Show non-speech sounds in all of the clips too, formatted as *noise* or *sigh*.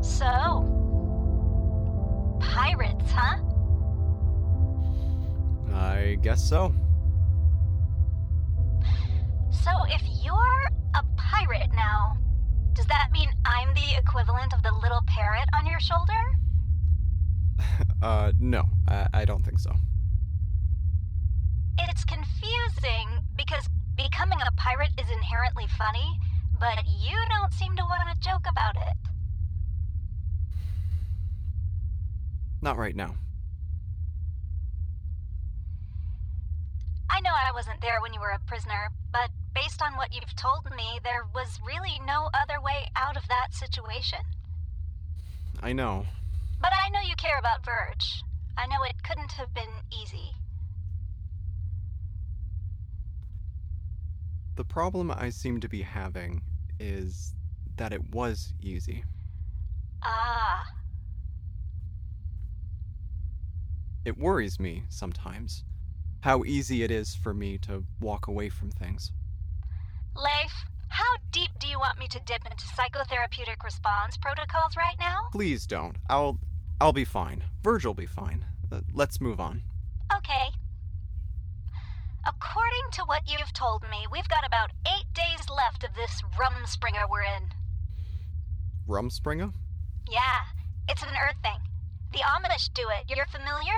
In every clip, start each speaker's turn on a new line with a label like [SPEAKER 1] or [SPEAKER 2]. [SPEAKER 1] So, pirates, huh?
[SPEAKER 2] I guess so.
[SPEAKER 1] So, if you're a pirate now, does that mean I'm the equivalent of the little parrot on your shoulder?
[SPEAKER 2] Uh, no, I, I don't think so.
[SPEAKER 1] It's confusing because becoming a pirate is inherently funny, but you don't seem to want to joke about it.
[SPEAKER 2] Not right now.
[SPEAKER 1] I know I wasn't there when you were a prisoner, but based on what you've told me, there was really no other way out of that situation.
[SPEAKER 2] I know.
[SPEAKER 1] But I know you care about Verge. I know it couldn't have been easy.
[SPEAKER 2] The problem I seem to be having is that it was easy.
[SPEAKER 1] Ah,
[SPEAKER 2] It worries me sometimes how easy it is for me to walk away from things.
[SPEAKER 1] Leif, how deep do you want me to dip into psychotherapeutic response protocols right now?
[SPEAKER 2] Please don't. I'll I'll be fine. Virgil'll be fine. Uh, let's move on.
[SPEAKER 1] Okay. According to what you've told me, we've got about eight days left of this rumspringer we're in.
[SPEAKER 2] Rumspringer?
[SPEAKER 1] Yeah, it's an Earth thing. The Amish do it. You're familiar?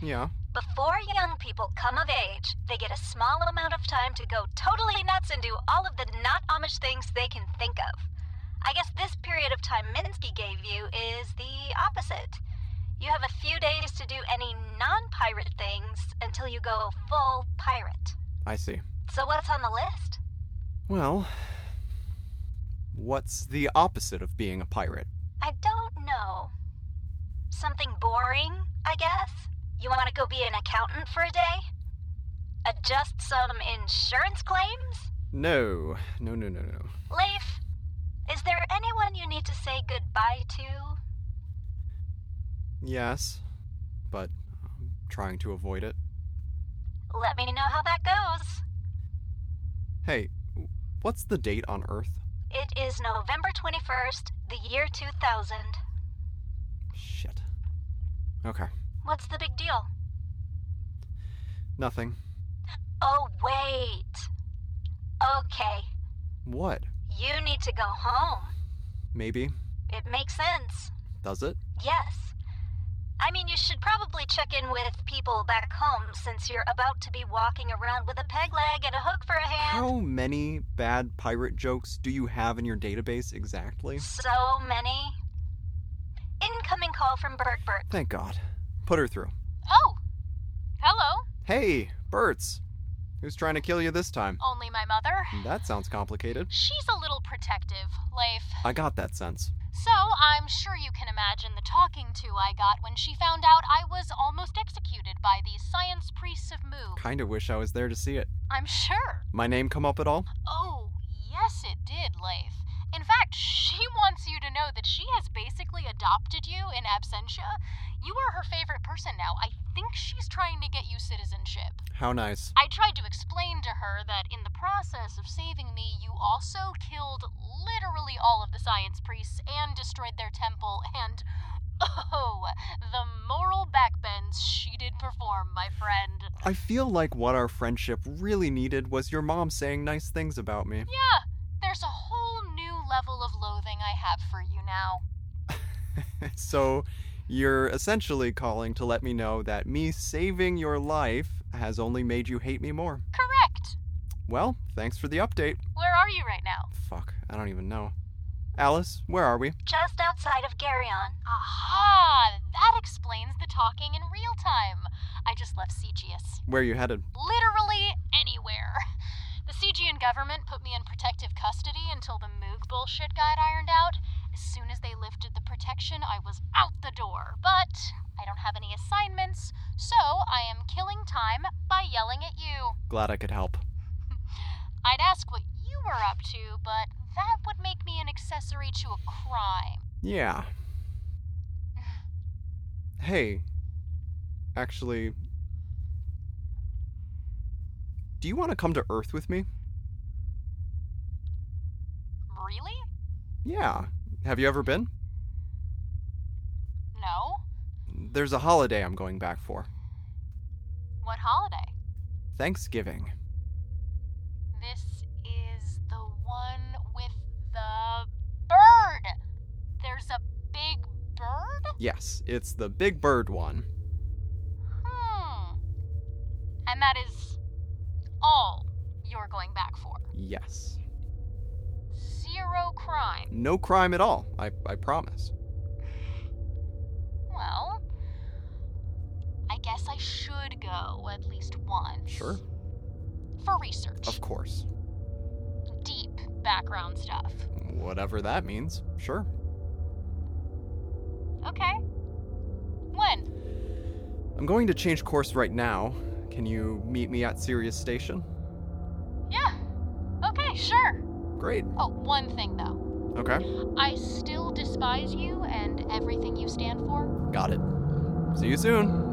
[SPEAKER 2] Yeah.
[SPEAKER 1] Before young people come of age, they get a small amount of time to go totally nuts and do all of the not Amish things they can think of. I guess this period of time Minsky gave you is the opposite. You have a few days to do any non pirate things until you go full pirate.
[SPEAKER 2] I see.
[SPEAKER 1] So, what's on the list?
[SPEAKER 2] Well, what's the opposite of being a pirate?
[SPEAKER 1] I don't know. Something boring, I guess? You want to go be an accountant for a day? Adjust some insurance claims?
[SPEAKER 2] No, no, no, no, no.
[SPEAKER 1] Leif, is there anyone you need to say goodbye to?
[SPEAKER 2] Yes, but I'm trying to avoid it.
[SPEAKER 1] Let me know how that goes.
[SPEAKER 2] Hey, what's the date on Earth?
[SPEAKER 1] It is November 21st, the year 2000.
[SPEAKER 2] Shit. Okay,
[SPEAKER 1] What's the big deal?
[SPEAKER 2] nothing.
[SPEAKER 1] Oh, wait. Okay,
[SPEAKER 2] What?
[SPEAKER 1] you need to go home.
[SPEAKER 2] Maybe.
[SPEAKER 1] It makes sense.
[SPEAKER 2] Does it?
[SPEAKER 1] Yes. I mean, you should probably check in with people back home since you're about to be walking around with a peg leg and a hook for a hand.
[SPEAKER 2] How many bad pirate jokes do you have in your database exactly?
[SPEAKER 1] So many. Incoming call from Bert Bert.
[SPEAKER 2] Thank God. Put her through.
[SPEAKER 3] Oh, hello.
[SPEAKER 2] Hey, Berts. Who's trying to kill you this time?
[SPEAKER 1] Only my mother?
[SPEAKER 2] That sounds complicated.
[SPEAKER 1] She's a little protective, Leif.
[SPEAKER 2] I got that sense.
[SPEAKER 1] So I'm sure you can imagine the talking to I got when she found out I was almost executed by the science priests of Moog.
[SPEAKER 2] Kinda wish I was there to see it.
[SPEAKER 1] I'm sure.
[SPEAKER 2] My name come up at all?
[SPEAKER 1] Oh, yes, it did, Leif. In fact, she *laughs* wants you to know that she has basically adopted you in absentia. You are her favorite person now. I think she's trying to get you citizenship.
[SPEAKER 2] How nice.
[SPEAKER 1] I tried to explain to her that in the process of saving me, you also killed literally all of the science priests and destroyed their temple and. *laughs* Oh, the moral backbends she did perform, my friend.
[SPEAKER 2] I feel like what our friendship really needed was your mom saying nice things about me.
[SPEAKER 1] Yeah, there's a whole new level of loathing I have for you now.
[SPEAKER 2] *laughs* so you're essentially calling to let me know that me saving your life has only made you hate me more.
[SPEAKER 1] Correct.
[SPEAKER 2] Well, thanks for the update.
[SPEAKER 1] Where are you right now?
[SPEAKER 2] Fuck, I don't even know. Alice, where are we?
[SPEAKER 4] Just outside of Garyon.
[SPEAKER 1] Aha! That explains the talking in real time. I just left Cegius.
[SPEAKER 2] Where you headed?
[SPEAKER 1] Literally anywhere. The Cegian government put me in protective custody until the Moog bullshit got ironed out. As soon as they lifted the protection, I was out the door. But I don't have any assignments, so I am killing time by yelling at you.
[SPEAKER 2] Glad I could help.
[SPEAKER 1] I'd ask what you were up to, but that would make me an accessory to a crime.
[SPEAKER 2] Yeah. Hey. Actually, do you want to come to Earth with me?
[SPEAKER 1] Really?
[SPEAKER 2] Yeah. Have you ever been?
[SPEAKER 1] No?
[SPEAKER 2] There's a holiday I'm going back for.
[SPEAKER 1] What holiday?
[SPEAKER 2] Thanksgiving.
[SPEAKER 1] This is the one with the bird. There's a big bird?
[SPEAKER 2] Yes, it's the Big Bird one.
[SPEAKER 1] Hmm. And that is all you're going back for.
[SPEAKER 2] Yes.
[SPEAKER 1] Zero crime.
[SPEAKER 2] No crime at all, I, I promise.
[SPEAKER 1] Well, I guess I should go at least once.
[SPEAKER 2] Sure.
[SPEAKER 1] For research.
[SPEAKER 2] Of course.
[SPEAKER 1] Deep background stuff.
[SPEAKER 2] Whatever that means, sure.
[SPEAKER 1] Okay. When?
[SPEAKER 2] I'm going to change course right now. Can you meet me at Sirius Station?
[SPEAKER 1] Yeah. Okay, sure.
[SPEAKER 2] Great.
[SPEAKER 1] Oh, one thing though.
[SPEAKER 2] Okay.
[SPEAKER 1] I still despise you and everything you stand for.
[SPEAKER 2] Got it. See you soon.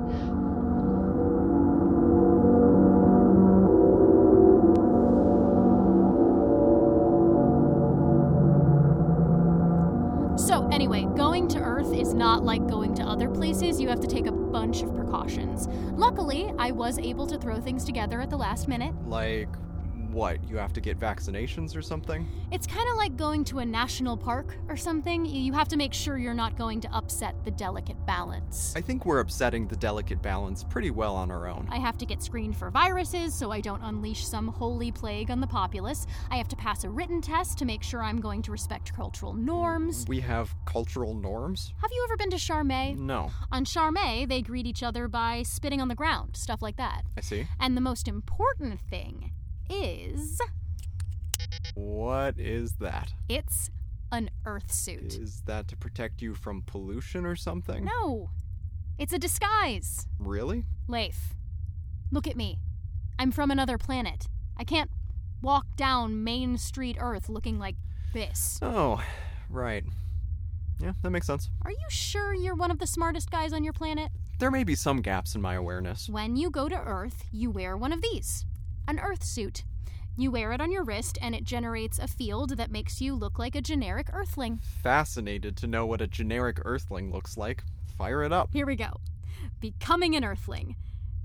[SPEAKER 5] So, anyway, going to Earth is not like going to other places. You have to take a bunch of precautions. Luckily, I was able to throw things together at the last minute.
[SPEAKER 2] Like, what? You have to get vaccinations or something?
[SPEAKER 5] It's kind of like going to a national park or something. Y- You have to make sure you're not going to upset the delicate balance.
[SPEAKER 2] I think we're upsetting the delicate balance pretty well on our own.
[SPEAKER 5] I have to get screened for viruses so I don't unleash some holy plague on the populace. I have to pass a written test to make sure I'm going to respect cultural norms.
[SPEAKER 2] We have cultural norms?
[SPEAKER 5] Have you ever been to Charmey?
[SPEAKER 2] No.
[SPEAKER 5] On Charmey, they greet each other by spitting on the ground, stuff like that.
[SPEAKER 2] I see.
[SPEAKER 5] And the most important thing is
[SPEAKER 2] What is that?
[SPEAKER 5] it's an earth suit.
[SPEAKER 2] Is that to protect you from pollution or something?
[SPEAKER 5] No, it's a disguise.
[SPEAKER 2] Really?
[SPEAKER 5] Leif, look at me. I'm from another planet. I can't walk down Main Street Earth looking like this.
[SPEAKER 2] Oh, right. Yeah, that makes sense.
[SPEAKER 5] Are you sure you're one of the smartest guys on your planet?
[SPEAKER 2] There may be some gaps in my awareness.
[SPEAKER 5] When you go to Earth, you wear one of these an Earth suit. You wear it on your wrist, and it generates a field that makes you look like a generic Earthling.
[SPEAKER 2] Fascinated to know what a generic earthling looks like. Fire it up.
[SPEAKER 5] Here we go. Becoming an Earthling.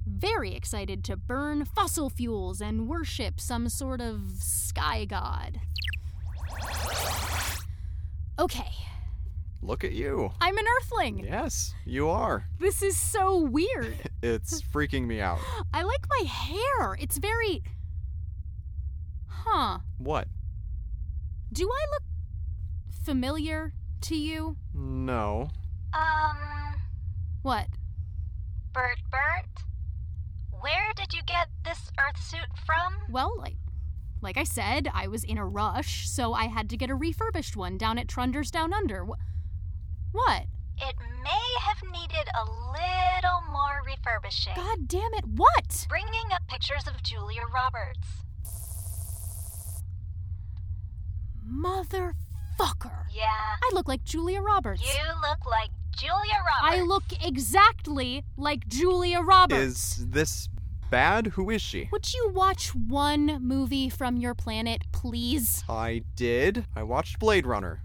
[SPEAKER 5] Very excited to burn fossil fuels and worship some sort of sky god. Okay,
[SPEAKER 2] Look at you.
[SPEAKER 5] I'm an Earthling!
[SPEAKER 2] Yes, you are.
[SPEAKER 5] This is so weird.
[SPEAKER 2] *laughs*
[SPEAKER 5] *laughs*
[SPEAKER 2] It's freaking me out.
[SPEAKER 5] I like my hair. It's very. Huh.
[SPEAKER 2] What?
[SPEAKER 5] Do I look familiar to you?
[SPEAKER 2] No.
[SPEAKER 4] Um,
[SPEAKER 5] What?
[SPEAKER 4] Bert Bert?
[SPEAKER 1] Where did you get this earth suit from?
[SPEAKER 5] Well, like, like I said, I was in a rush, so I had to get a refurbished one down at Trunders Down Under. Wh- what?
[SPEAKER 1] It may have needed a little more refurbishing.
[SPEAKER 5] God damn it, what?
[SPEAKER 1] Bringing up pictures of Julia Roberts.
[SPEAKER 5] Motherfucker.
[SPEAKER 1] Yeah.
[SPEAKER 5] I look like Julia Roberts.
[SPEAKER 1] You look like Julia Roberts.
[SPEAKER 5] I look exactly like Julia Roberts.
[SPEAKER 2] Is this bad? Who is she?
[SPEAKER 5] Would you watch one movie from your planet, please?
[SPEAKER 2] I did. I watched Blade Runner.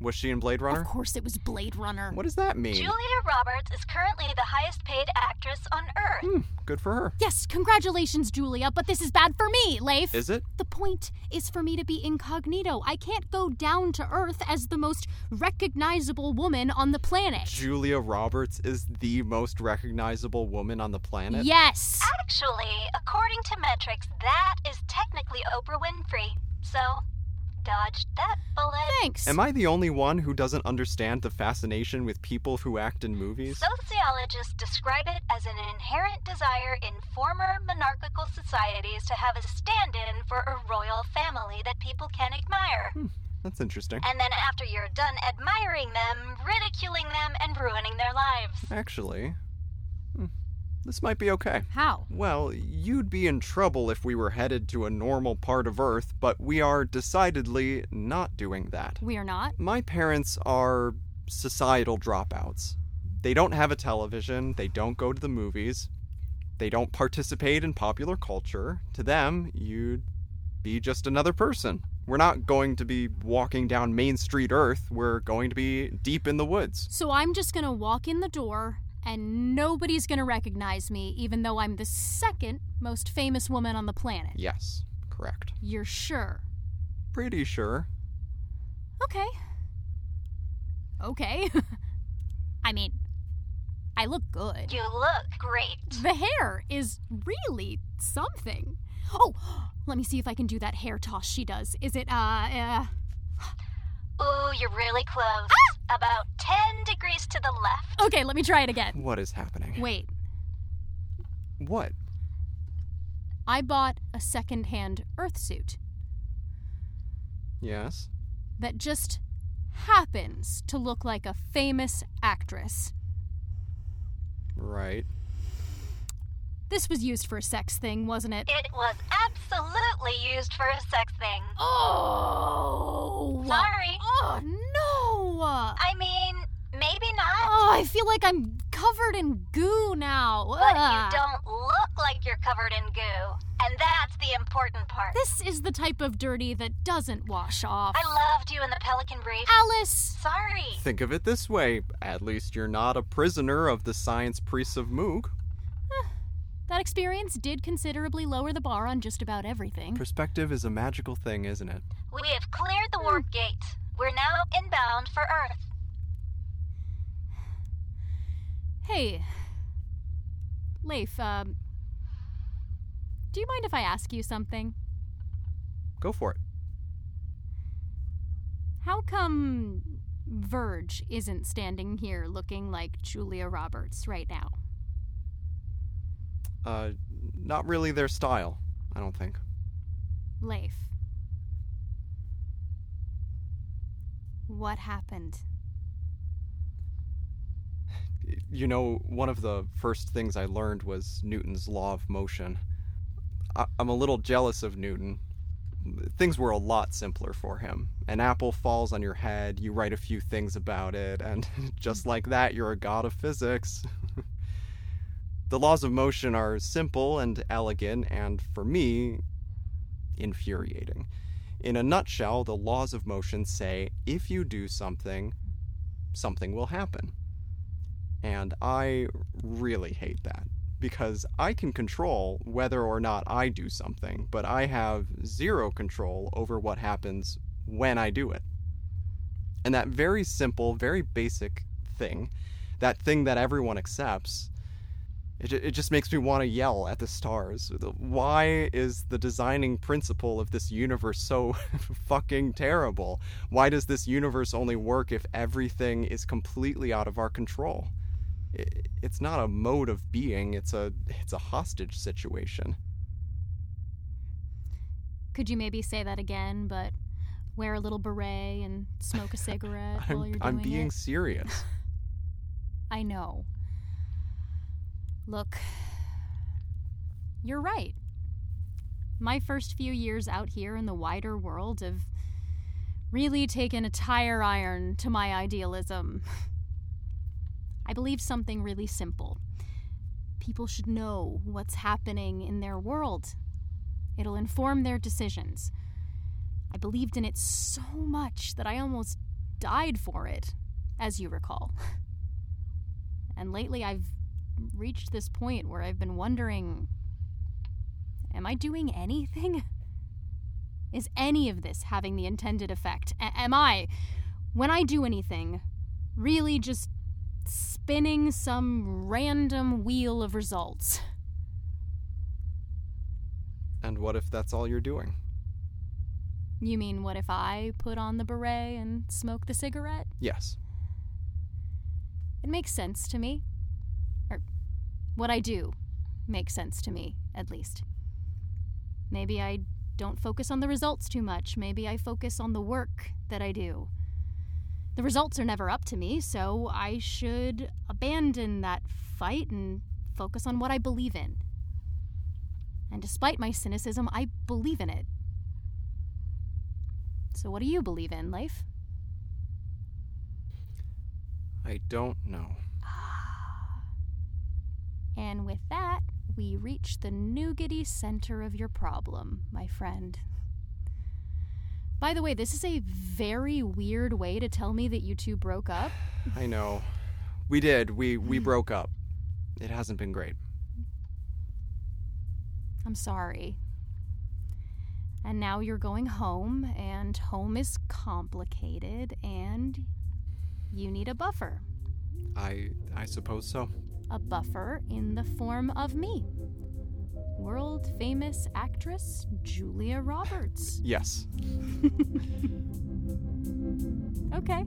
[SPEAKER 2] Was she in Blade Runner?
[SPEAKER 5] Of course it was Blade Runner.
[SPEAKER 2] What does that mean?
[SPEAKER 1] Julia Roberts is currently the highest paid actress on Earth.
[SPEAKER 2] Hmm, good for her.
[SPEAKER 5] Yes, congratulations, Julia, but this is bad for me, Leif.
[SPEAKER 2] Is it?
[SPEAKER 5] The point is for me to be incognito. I can't go down to Earth as the most recognizable woman on the planet.
[SPEAKER 2] Julia Roberts is the most recognizable woman on the planet?
[SPEAKER 5] Yes.
[SPEAKER 1] Actually, according to metrics, that is technically Oprah Winfrey. So, dodged that bullet.
[SPEAKER 5] Thanks.
[SPEAKER 2] Am I the only one who doesn't understand the fascination with people who act in movies?
[SPEAKER 1] Sociologists describe it as an inherent desire in former monarchical societies to have a stand in for a royal family that people can admire.
[SPEAKER 2] That's interesting.
[SPEAKER 1] And then, after you're done admiring them, ridiculing them, and ruining their lives.
[SPEAKER 2] Actually, hmm, this might be okay.
[SPEAKER 5] How?
[SPEAKER 2] Well, you'd be in trouble if we were headed to a normal part of Earth, but we are decidedly not doing that.
[SPEAKER 5] We are not.
[SPEAKER 2] My parents are societal dropouts. They don't have a television, they don't go to the movies, they don't participate in popular culture. To them, you'd be just another person. We're not going to be walking down Main Street Earth, we're going to be deep in the woods.
[SPEAKER 5] So I'm just gonna walk in the door and nobody's gonna recognize me, even though I'm the second most famous woman on the planet.
[SPEAKER 2] Yes, correct.
[SPEAKER 5] You're sure?
[SPEAKER 2] Pretty sure.
[SPEAKER 5] Okay. Okay. *laughs* I mean, I look good.
[SPEAKER 1] You look great.
[SPEAKER 5] The hair is really something. Oh, let me see if I can do that hair toss she does. Is it, uh, uh
[SPEAKER 1] Ooh, you're really close. About 10 degrees to the left.
[SPEAKER 5] okay, let me try it again.
[SPEAKER 2] What is happening?
[SPEAKER 5] Wait,
[SPEAKER 2] What?
[SPEAKER 5] I bought a secondhand earth suit
[SPEAKER 2] Yes.
[SPEAKER 5] that just happens to look like a famous actress.
[SPEAKER 2] Right.
[SPEAKER 5] This was used for a sex thing, wasn't it?
[SPEAKER 1] It was absolutely used for a sex thing.
[SPEAKER 5] Oh!
[SPEAKER 1] Sorry.
[SPEAKER 5] Oh, no!
[SPEAKER 1] I mean, maybe not.
[SPEAKER 5] Oh, I feel like I'm covered in goo now.
[SPEAKER 1] But
[SPEAKER 5] Ugh.
[SPEAKER 1] you don't look like you're covered in goo. And that's the important part.
[SPEAKER 5] This is the type of dirty that doesn't wash off.
[SPEAKER 1] I loved you in the Pelican
[SPEAKER 6] Ah!
[SPEAKER 1] Brief.
[SPEAKER 5] Alice!
[SPEAKER 1] Sorry.
[SPEAKER 2] Think of it this way at least you're not a prisoner of the science priests of Moog.
[SPEAKER 5] That experience did considerably lower the bar on just about everything.
[SPEAKER 2] Perspective is a magical thing, isn't it?
[SPEAKER 1] We have cleared the warp gate. We're now inbound for Earth.
[SPEAKER 5] Hey. Leif, um. Do you mind if I ask you something?
[SPEAKER 2] Go for it.
[SPEAKER 5] How come Verge isn't standing here looking like Julia Roberts right now?
[SPEAKER 2] Uh, not really their style, I don't think.
[SPEAKER 5] Leif. What happened?
[SPEAKER 2] You know, one of the first things I learned was Newton's law of motion. I- I'm a little jealous of Newton. Things were a lot simpler for him. An apple falls on your head, you write a few things about it, and *laughs* just like that, you're a god of physics. *laughs* the laws of motion are simple and elegant, and for me, infuriating. In a nutshell, the laws of motion say if you do something, something will happen. And I really hate that because I can control whether or not I do something, but I have zero control over what happens when I do it. And that very simple, very basic thing, that thing that everyone accepts, it, ju- it just makes me want to yell at the stars. The- Why is the designing principle of this universe so *laughs* fucking terrible? Why does this universe only work if everything is completely out of our control? i- it's not a mode of being, it's a it's a hostage situation.
[SPEAKER 5] Could you maybe say that again, but wear a little beret and smoke a cigarette while
[SPEAKER 2] I'm,
[SPEAKER 5] you're doing
[SPEAKER 2] I'm being
[SPEAKER 5] it? *laughs*
[SPEAKER 2] serious.
[SPEAKER 5] I know. Look, you're right. My first few years out here in the wider world have really taken a tire iron to my idealism. I believe something really simple. People should know what's happening in their world. It'll inform their decisions. I believed in it so much that I almost died for it, as you recall. And lately I've reached this point where I've been wondering Am I doing anything? *laughs* Is any of this having the intended effect? A- am I, when I do anything, really just spinning some random wheel of results?
[SPEAKER 2] and what if that's all you're doing?
[SPEAKER 5] You mean, what if I put on the beret and smoke the cigarette?
[SPEAKER 2] Yes.
[SPEAKER 5] It makes sense to me. Or what I do makes sense to me, at least. Maybe I don't focus on the results too much. Maybe I focus on the work that I do. The results are never up to me, so I should abandon that fight and focus on what I believe in. And despite my cynicism, I believe in it. So, what do you believe in, Life?
[SPEAKER 2] I don't know.
[SPEAKER 5] And with that, we reach the nougaty center of your problem, my friend. By the way, this is a very weird way to tell me that you two broke up.
[SPEAKER 2] I know. We did. We
[SPEAKER 5] Hmm.
[SPEAKER 2] we broke up. It hasn't been great.
[SPEAKER 5] I'm sorry. And now you're going home, and home is complicated, and you need a buffer.
[SPEAKER 2] I I suppose so.
[SPEAKER 5] a buffer in the form of me. World famous actress Julia Roberts.
[SPEAKER 2] Yes.
[SPEAKER 5] Okay.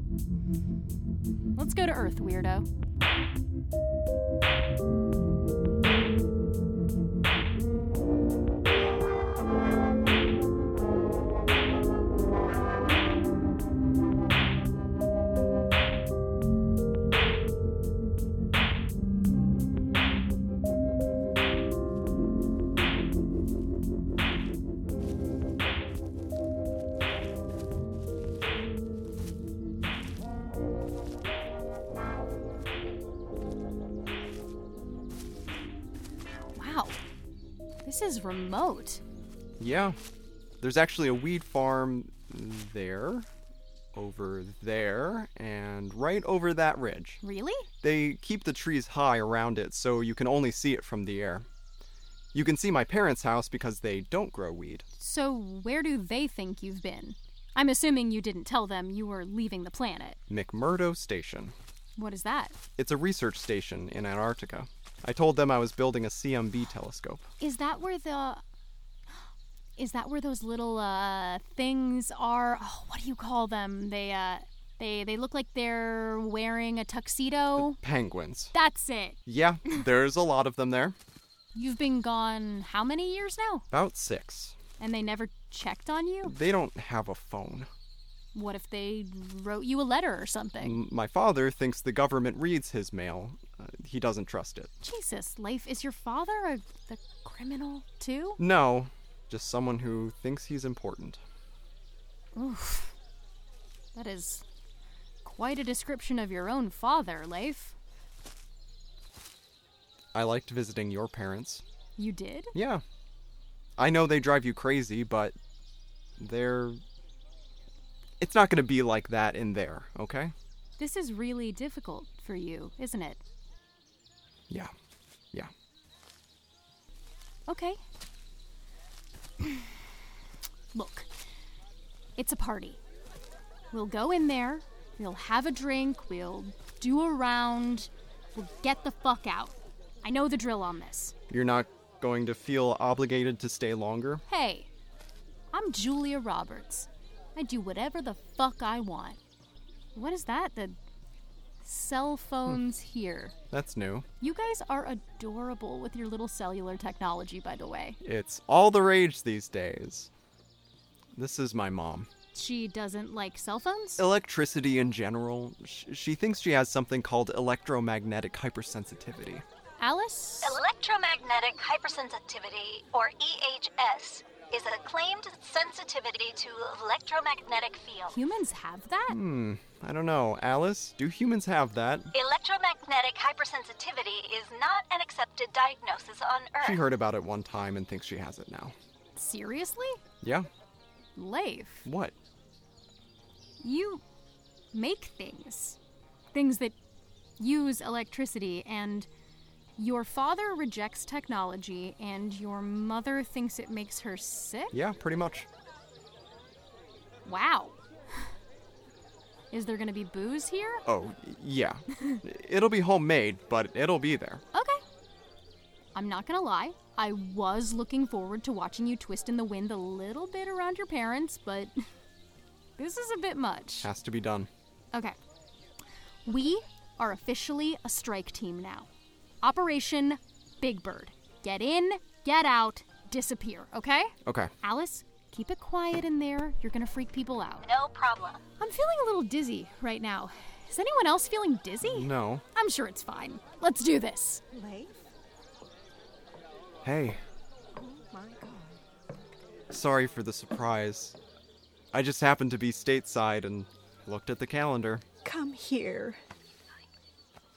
[SPEAKER 5] Let's go to Earth, weirdo. Wow. This is remote.
[SPEAKER 2] Yeah. There's actually a weed farm there, over there, and right over that ridge.
[SPEAKER 5] Really?
[SPEAKER 2] They keep the trees high around it so you can only see it from the air. You can see my parents' house because they don't grow weed.
[SPEAKER 5] So, where do they think you've been? I'm assuming you didn't tell them you were leaving the planet.
[SPEAKER 2] McMurdo Station.
[SPEAKER 5] What is that?
[SPEAKER 2] It's a research station in Antarctica. I told them I was building a CMB telescope.
[SPEAKER 5] Is that where the. Is that where those little uh, things are? Oh, what do you call them? They uh, they they look like they're wearing a tuxedo.
[SPEAKER 2] Penguins.
[SPEAKER 5] Oh. That's it. *laughs*
[SPEAKER 2] Yeah, there's a lot of them there.
[SPEAKER 5] You've been gone how many years now?
[SPEAKER 2] About six.
[SPEAKER 5] And they never checked on you?
[SPEAKER 2] They don't have a phone.
[SPEAKER 5] What if they wrote you a letter or something?
[SPEAKER 2] M- My father thinks the government reads his mail. Uh, he doesn't trust it.
[SPEAKER 5] Jesus, life is your father a the criminal too?
[SPEAKER 2] No, just someone who thinks he's important.
[SPEAKER 5] Oof. That is quite a description of your own father, Life.
[SPEAKER 2] I liked visiting your parents.
[SPEAKER 5] You did?
[SPEAKER 2] Yeah. I know they drive you crazy, but they're. It's not going to be like that in there, okay?
[SPEAKER 5] This is really difficult for you, isn't it?
[SPEAKER 2] Yeah. Yeah.
[SPEAKER 5] Okay. Look, it's a party. We'll go in there, we'll have a drink, we'll do a round, we'll get the fuck out. I know the drill on this.
[SPEAKER 2] You're not going to feel obligated to stay longer?
[SPEAKER 5] Hey, I'm Julia Roberts. I do whatever the fuck I want. What is that? The Cell phones here.
[SPEAKER 2] That's new.
[SPEAKER 5] You guys are adorable with your little cellular technology, by the way.
[SPEAKER 2] It's all the rage these days. This is my mom.
[SPEAKER 5] She doesn't like cell phones?
[SPEAKER 2] Oh. Electricity in general, sh- she thinks she has something called electromagnetic hypersensitivity.
[SPEAKER 5] Alice?
[SPEAKER 1] Electromagnetic hypersensitivity, or EHS, is a claimed sensitivity to electromagnetic field.
[SPEAKER 5] Humans have that?
[SPEAKER 2] Hmm, I don't know. Alice, do humans have that?
[SPEAKER 1] Electromagnetic hypersensitivity is not an accepted diagnosis on Earth.
[SPEAKER 2] She heard about it one time and thinks she has it now.
[SPEAKER 5] Seriously?
[SPEAKER 2] Yeah?
[SPEAKER 5] Leif,
[SPEAKER 2] What?
[SPEAKER 5] you make things. Things that use electricity, and your father rejects technology, and your mother thinks it makes her sick?
[SPEAKER 2] Yeah, pretty much.
[SPEAKER 5] Wow. *sighs* Is there gonna be booze here?
[SPEAKER 2] Oh, yeah. *laughs* It'll be homemade, but it'll be there.
[SPEAKER 5] Okay. I'm not gonna lie. I was looking forward to watching you twist in the wind a little bit around your parents, but *laughs* this is a bit much.
[SPEAKER 2] Has to be done.
[SPEAKER 5] Okay. We are officially a strike team now. Operation Big Bird. Get in, get out, disappear, okay?
[SPEAKER 2] Okay.
[SPEAKER 5] Alice, keep it quiet in there. You're gonna freak people out.
[SPEAKER 1] No problem.
[SPEAKER 5] I'm feeling a little dizzy right now. Is anyone else feeling dizzy?
[SPEAKER 2] No.
[SPEAKER 5] I'm sure it's fine. Let's do this.
[SPEAKER 7] Leif?
[SPEAKER 2] Hey,
[SPEAKER 7] Oh my god.
[SPEAKER 2] sorry for the surprise. I just happened to be stateside and looked at the calendar.
[SPEAKER 8] Come here.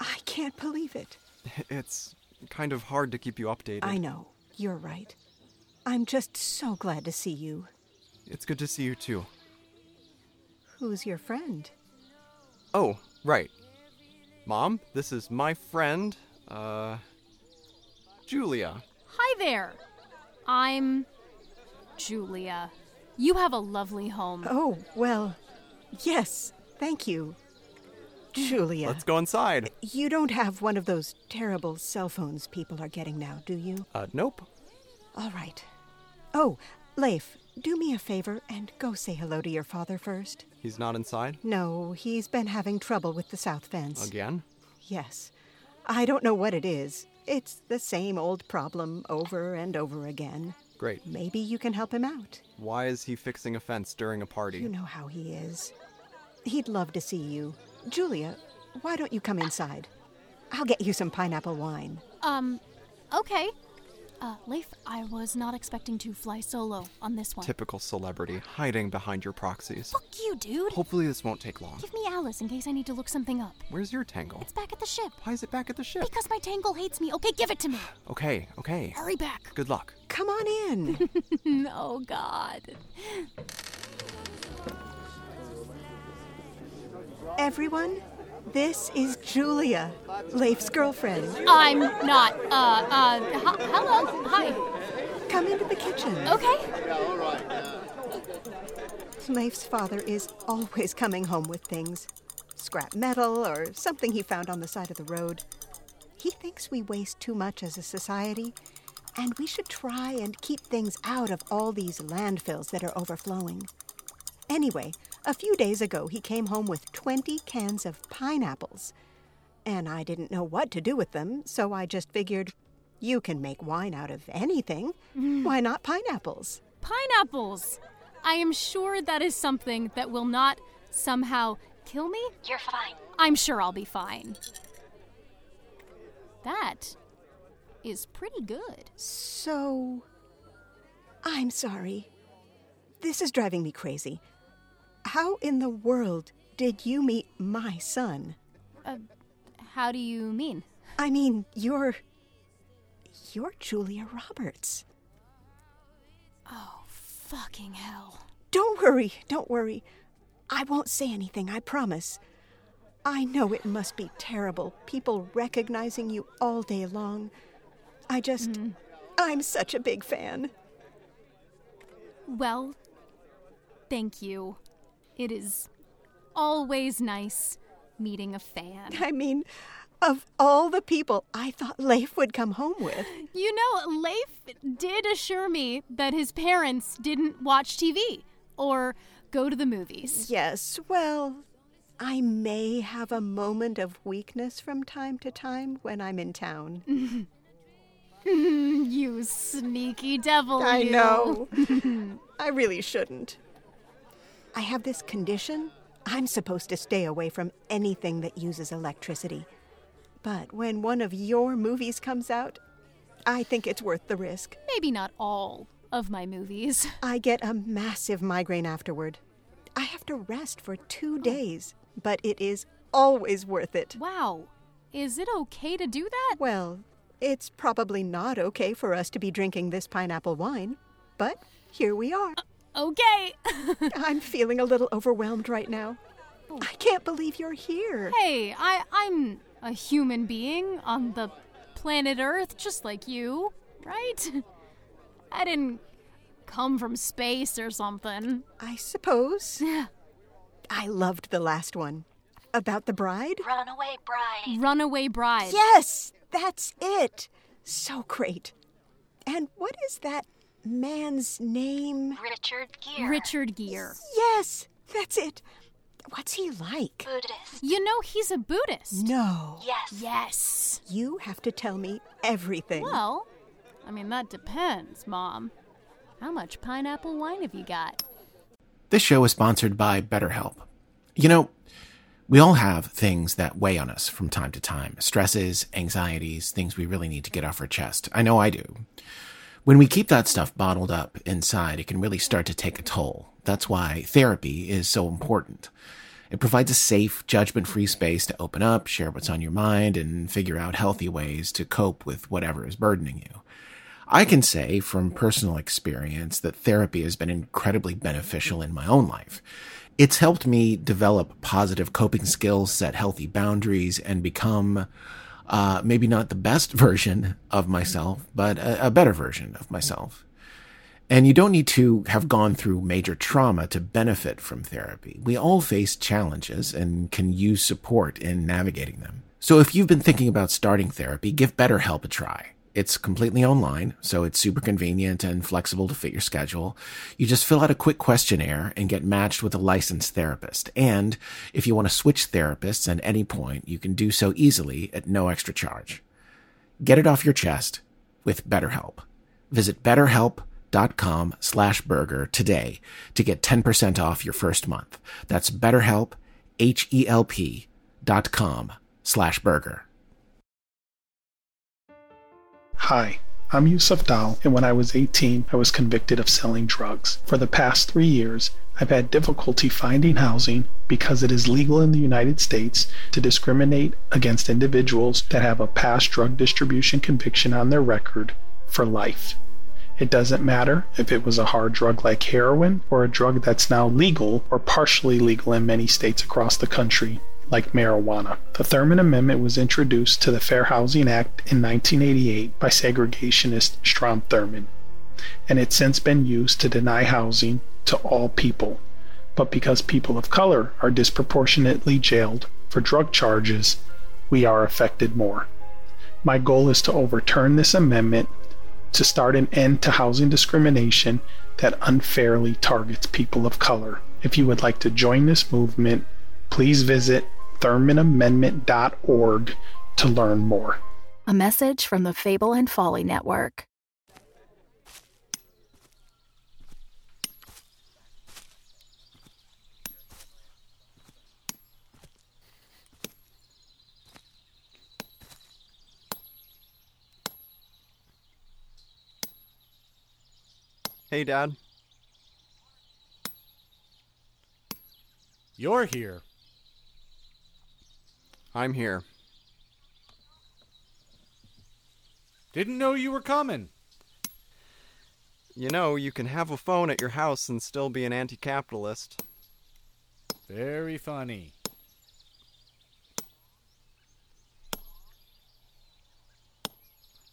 [SPEAKER 8] I can't believe it.
[SPEAKER 2] *laughs* It's kind of hard to keep you updated.
[SPEAKER 8] I know. You're right. I'm just so glad to see you.
[SPEAKER 2] It's good to see you too.
[SPEAKER 8] Who's your friend?
[SPEAKER 2] Oh, right. Mom, this is my friend, uh, Julia.
[SPEAKER 5] Hi there. I'm Julia. You have a lovely home.
[SPEAKER 8] Oh, well, yes. Thank you. Julia,
[SPEAKER 2] Let's go inside.
[SPEAKER 8] you don't have one of those terrible cell phones people are getting now, do you?
[SPEAKER 2] Uh, nope.
[SPEAKER 8] All right. Oh, Leif, do me a favor and go say hello to your father first.
[SPEAKER 2] He's not inside.
[SPEAKER 8] No, he's been having trouble with the south fence.
[SPEAKER 2] Again?
[SPEAKER 8] Yes. I don't know what it is. It's the same old problem over and over again.
[SPEAKER 2] Great.
[SPEAKER 8] Maybe you can help him out.
[SPEAKER 2] Why is he fixing a fence during a party?
[SPEAKER 8] You know how he is. He'd love to see you. Julia, why don't you come inside? I'll get you some pineapple wine.
[SPEAKER 5] Um, okay. Uh, Leif, I was not expecting to fly solo on this one.
[SPEAKER 2] Typical celebrity, hiding behind your proxies.
[SPEAKER 5] Fuck you, dude.
[SPEAKER 2] Hopefully, this won't take long.
[SPEAKER 5] Give me Alice in case I need to look something up.
[SPEAKER 2] Where's your tangle?
[SPEAKER 5] It's back at the ship.
[SPEAKER 2] Why is it back at the ship?
[SPEAKER 5] Because my tangle hates me. Okay, give it to me.
[SPEAKER 2] Okay, okay.
[SPEAKER 5] Hurry back.
[SPEAKER 2] Good luck.
[SPEAKER 8] Come on in.
[SPEAKER 5] oh, God.
[SPEAKER 8] Everyone, this is Julia, Leif's girlfriend.
[SPEAKER 5] I'm not. Uh, uh, h- hello. Hi.
[SPEAKER 8] Come into the kitchen.
[SPEAKER 5] Okay.
[SPEAKER 8] Leif's father is always coming home with things scrap metal or something he found on the side of the road. He thinks we waste too much as a society, and we should try and keep things out of all these landfills that are overflowing. Anyway, a few days ago he came home with 20 cans of pineapples, and I didn't know what to do with them, so I just figured you can make wine out of anything. Why not pineapples?
[SPEAKER 5] Pineapples. I am sure that is something that will not somehow kill me.
[SPEAKER 1] You're fine.
[SPEAKER 5] I'm sure I'll be fine. That is pretty good.
[SPEAKER 8] So. I'm sorry. This is driving me crazy. How in the world did you meet my son?
[SPEAKER 5] Uh, how do you mean?
[SPEAKER 8] I mean, you're. You're Julia Roberts.
[SPEAKER 5] Oh, fucking hell.
[SPEAKER 8] Don't worry, don't worry. I won't say anything, I promise. I know it must be terrible, people recognizing you all day long. I just. I'm such a big fan.
[SPEAKER 5] Well, thank you. It is always nice meeting a fan.
[SPEAKER 8] I mean, of all the people I thought Leif would come home with.
[SPEAKER 5] You know, Leif did assure me that his parents didn't watch TV or go to the movies.
[SPEAKER 8] Yes, well, I may have a moment of weakness from time to time when I'm in town.
[SPEAKER 5] *laughs* you sneaky devil.
[SPEAKER 8] I
[SPEAKER 5] you.
[SPEAKER 8] know. I really shouldn't. I have this condition. I'm supposed to stay away from anything that uses electricity. But when one of your movies comes out, I think it's worth the risk.
[SPEAKER 5] Maybe not all of my movies.
[SPEAKER 8] I get a massive migraine afterward. I have to rest for two days, but it is always worth it.
[SPEAKER 5] *laughs* Wow. Is it okay to do that?
[SPEAKER 8] Well, it's probably not okay for us to be drinking this pineapple wine, but here we are.
[SPEAKER 5] Okay.
[SPEAKER 8] I'm feeling a little overwhelmed right now. I can't believe you're here.
[SPEAKER 5] hey, I I'm a human being on the planet Earth just like you, right? *laughs* I didn't come from space or something.
[SPEAKER 8] I suppose. I loved the last one. About the bride?
[SPEAKER 1] Runaway bride.
[SPEAKER 5] Runaway bride.
[SPEAKER 8] Yes, that's it. So great. And what is that man's
[SPEAKER 2] Mm.
[SPEAKER 8] name?
[SPEAKER 1] Richard Gere.
[SPEAKER 5] Richard Gere.
[SPEAKER 8] Yes, that's it. What's he like?
[SPEAKER 1] Buddhist.
[SPEAKER 5] You know he's a Buddhist.
[SPEAKER 8] No.
[SPEAKER 1] Yes.
[SPEAKER 5] Yes.
[SPEAKER 8] You have to tell me everything.
[SPEAKER 5] Well, I mean that depends, mom. How much pineapple wine have you got?
[SPEAKER 9] This show is sponsored by BetterHelp. You know, we all have things that weigh on us from time to time stresses, anxieties, things we really need to get off our chest. I know I do. When we keep that stuff bottled up inside, it can really start to take a toll. That's why therapy is so important. It provides a safe, judgment free space to open up, share what's on your mind, and figure out healthy ways to cope with whatever is burdening you. I can say from personal experience that therapy has been incredibly beneficial in my own life. It's helped me develop positive coping skills, set healthy boundaries, and become uh, maybe not the best *laughs* version of myself, but a, a better version of myself. And you don't need to have gone through major trauma to benefit from therapy. We all face challenges and can use support in navigating them. So if you've been thinking about starting therapy, give BetterHelp a try. It's completely online, so it's super convenient and flexible to fit your schedule. You just fill out a quick questionnaire and get matched with a licensed therapist. And if you want to switch therapists at any point, you can do so easily at no extra charge. Get it off your chest with BetterHelp. Visit betterhelp.com slash burger today to get 10% off your first month. That's betterhelp, H-E-L-P dot com slash burger.
[SPEAKER 10] Hi, I'm Yusuf Dal, and when I was 18, I was convicted of selling drugs. For the past three years, I've had difficulty finding housing because it is legal in the United States to discriminate against individuals that have a past drug distribution conviction on their record for life. It doesn't matter if it was a hard drug like heroin or a drug that's now legal or partially legal in many states across the country, like marijuana. The Thurman Amendment was introduced to the Fair Housing Act in 1988 by segregationist Strom Thurmond, and it's since been used to deny housing to all people. But because people of color are disproportionately jailed for drug charges, we are affected more. My goal is to overturn this amendment to start an end to housing discrimination that unfairly targets people of color. If you would like to join this movement, please visit ThurmanAmendment.org to learn more.
[SPEAKER 6] A message from the Fable and Folly Network.
[SPEAKER 2] Hey, Dad.
[SPEAKER 11] You're here.
[SPEAKER 2] I'm here.
[SPEAKER 11] Didn't know you were coming.
[SPEAKER 2] You know, you can have a phone at your house and still be an anti capitalist.
[SPEAKER 11] Very funny.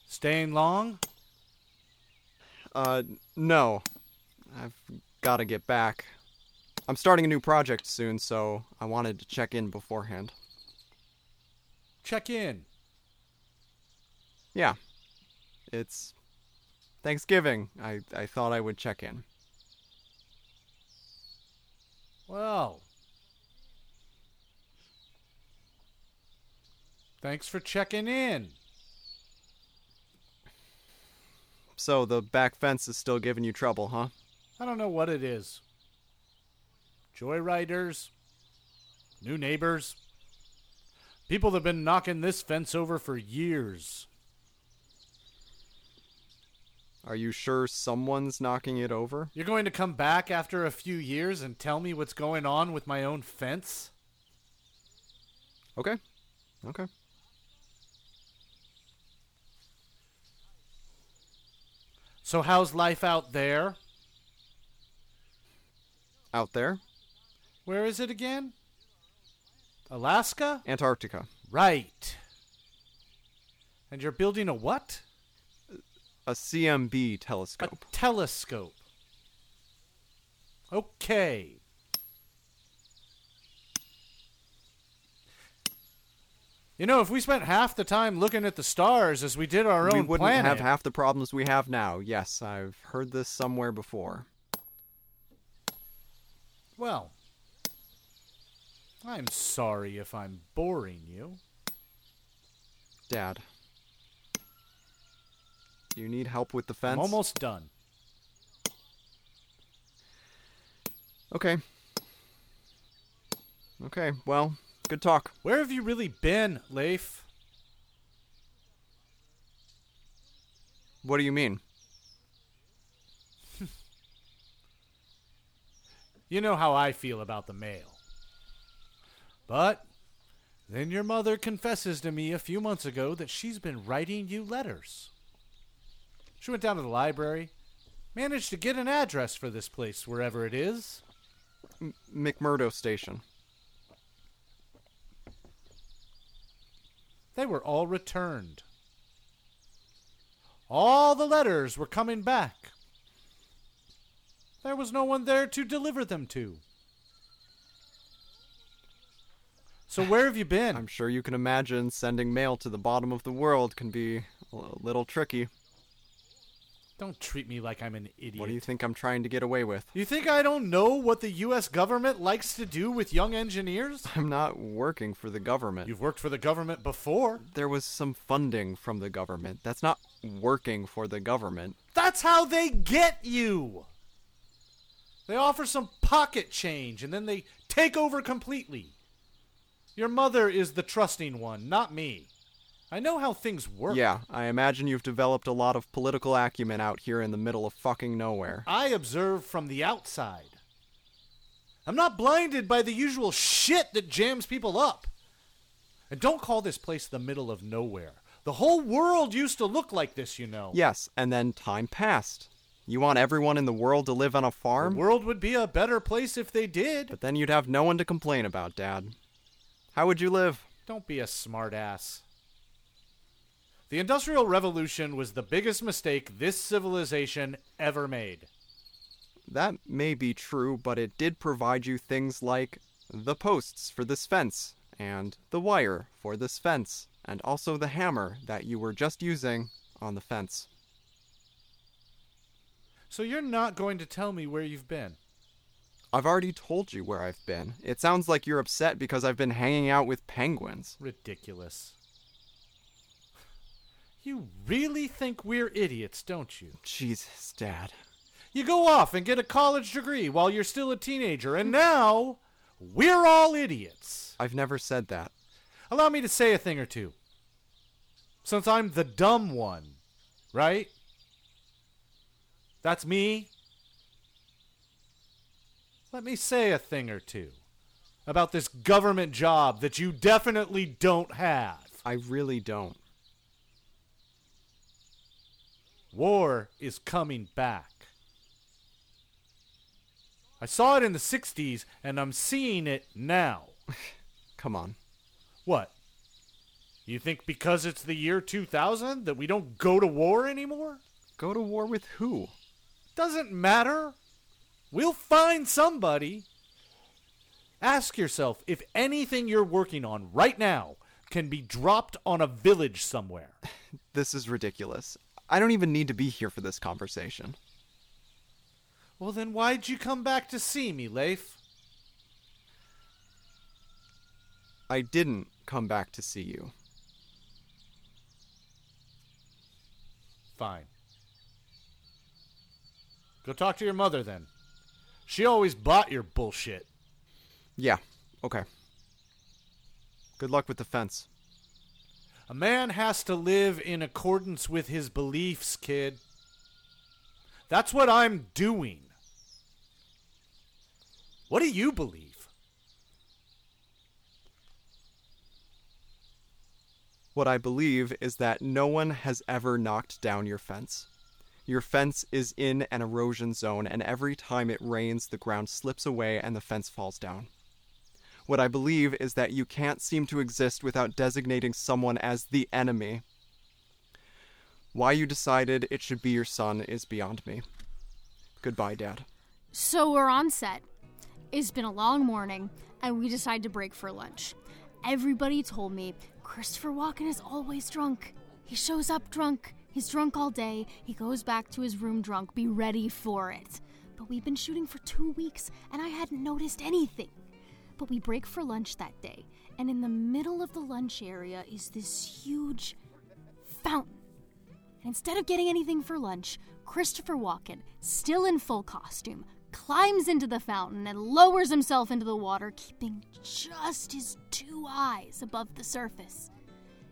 [SPEAKER 11] Staying long?
[SPEAKER 2] Uh, no. I've gotta get back. I'm starting a new project soon, so I wanted to check in beforehand.
[SPEAKER 11] Check in.
[SPEAKER 2] Yeah. It's Thanksgiving. I, I thought I would check in.
[SPEAKER 11] Well,
[SPEAKER 5] Thanks for checking in.
[SPEAKER 2] So the back fence is still giving you trouble, huh?
[SPEAKER 5] I don't know what it is. Joyriders, new neighbors, people that have been knocking this fence over for years.
[SPEAKER 2] Are you sure someone's knocking it over?
[SPEAKER 5] You're going to come back after a few years and tell me what's going on with my own fence?
[SPEAKER 2] Okay. Okay.
[SPEAKER 5] So, how's life out there?
[SPEAKER 2] Out there?
[SPEAKER 5] Where is it again? Alaska?
[SPEAKER 2] Antarctica.
[SPEAKER 5] Right. And you're building a what?
[SPEAKER 2] A CMB
[SPEAKER 5] A
[SPEAKER 2] telescope.
[SPEAKER 5] telescope. Okay. You know, if we spent half the time looking at the stars as we did our
[SPEAKER 2] we
[SPEAKER 5] own
[SPEAKER 2] wouldn't
[SPEAKER 5] planet,
[SPEAKER 2] have half the problems we have now. Yes, I've heard this somewhere before.
[SPEAKER 5] well, I'm sorry if I'm boring you.
[SPEAKER 2] Dad. Do you need help with the fence?
[SPEAKER 5] I'm almost done.
[SPEAKER 2] Okay. Okay, well, good talk.
[SPEAKER 5] Where have you really been, Leif?
[SPEAKER 2] What do you mean?
[SPEAKER 5] You know how I feel about the mail. But then your mother confesses to me a few months ago that she's been writing you letters. She went down to the library, managed to get an address for this place, wherever it is.
[SPEAKER 2] McMurdo Station.
[SPEAKER 5] They were all returned. All the letters were coming back. There was no one there to deliver them to. So where have you been?
[SPEAKER 2] I'm sure you can imagine sending mail to the bottom of the world can be a little tricky.
[SPEAKER 5] Don't treat me like I'm an idiot.
[SPEAKER 2] What do you think I'm trying to get away with?
[SPEAKER 5] You think I don't know what the U.S. government likes to do with young engineers?
[SPEAKER 2] *laughs* I'm not working for the government.
[SPEAKER 5] You've worked for the government before.
[SPEAKER 2] There was some funding from the government. That's not working for the government.
[SPEAKER 5] That's how they get you! They offer some pocket change and then they take over completely. Your mother is the trusting one, not me. I know how things work.
[SPEAKER 2] Yeah, I imagine you've developed a lot of political acumen out here in the middle of fucking nowhere.
[SPEAKER 5] I observe from the outside. I'm not blinded by the usual shit that jams people up. And don't call this place the middle of nowhere. The whole world used to look like this, you know.
[SPEAKER 2] Yes, and then time passed. You want everyone in the world to live on a
[SPEAKER 5] The
[SPEAKER 2] farm?
[SPEAKER 5] world would be a better place if they did.
[SPEAKER 2] But then you'd have no one to complain about, Dad. How would you live?
[SPEAKER 5] Don't be a smartass. The Industrial Revolution was the biggest mistake this civilization ever made.
[SPEAKER 2] That may be true, but it did provide you things like the posts for this fence, and the wire for this fence, and also the hammer that you were just using on the fence.
[SPEAKER 5] So you're not going to tell me where you've been.
[SPEAKER 2] I've already told you where I've been. It sounds like you're upset because I've been hanging out with penguins.
[SPEAKER 5] Ridiculous. You really think we're idiots, don't you?
[SPEAKER 2] Jesus, Dad.
[SPEAKER 5] You go off and get a college degree while you're still a teenager, and now we're all idiots.
[SPEAKER 2] I've never said that.
[SPEAKER 5] Allow me to say a thing or two. Since I'm the dumb one, right? That's me. Let me say a thing or two about this government job that you definitely don't have.
[SPEAKER 2] I really don't.
[SPEAKER 5] War is coming back. I saw it in the 60s, and I'm seeing it now.
[SPEAKER 2] Come on.
[SPEAKER 5] What? You think because it's the year 2000 that we don't go to war anymore?
[SPEAKER 2] Go to war with who?
[SPEAKER 5] Doesn't matter. We'll find somebody. Ask yourself if anything you're working on right now can be dropped on a village somewhere.
[SPEAKER 2] This is ridiculous. I don't even need to be here for this conversation.
[SPEAKER 5] Well, then why'd you come back to see me, Leif?
[SPEAKER 2] I didn't come back to see you.
[SPEAKER 12] fine. Go talk to your mother then. She always bought your bullshit.
[SPEAKER 2] Yeah, okay. Good luck with the fence.
[SPEAKER 12] A man has to live in accordance with his beliefs, kid. That's what I'm doing. What do you believe?
[SPEAKER 2] What I believe is that no one has ever knocked down your fence. Your fence is in an erosion zone, and every time it rains, the ground slips away and the fence falls down. What I believe is that you can't seem to exist without designating someone as the enemy. Why you decided it should be your son is beyond me. Goodbye, Dad.
[SPEAKER 5] So we're on set. It's been a long morning, and we decide to break for lunch. Everybody told me Christopher Walken is always drunk. He shows up drunk. He's drunk all day. He goes back to his room drunk. Be ready for it. But we've been shooting for two weeks, and I hadn't noticed anything. But we break for lunch that day, and in the middle of the lunch area is this huge fountain. And instead of getting anything for lunch, Christopher Walken, still in full costume, climbs into the fountain and lowers himself into the water, keeping just his two eyes above the surface.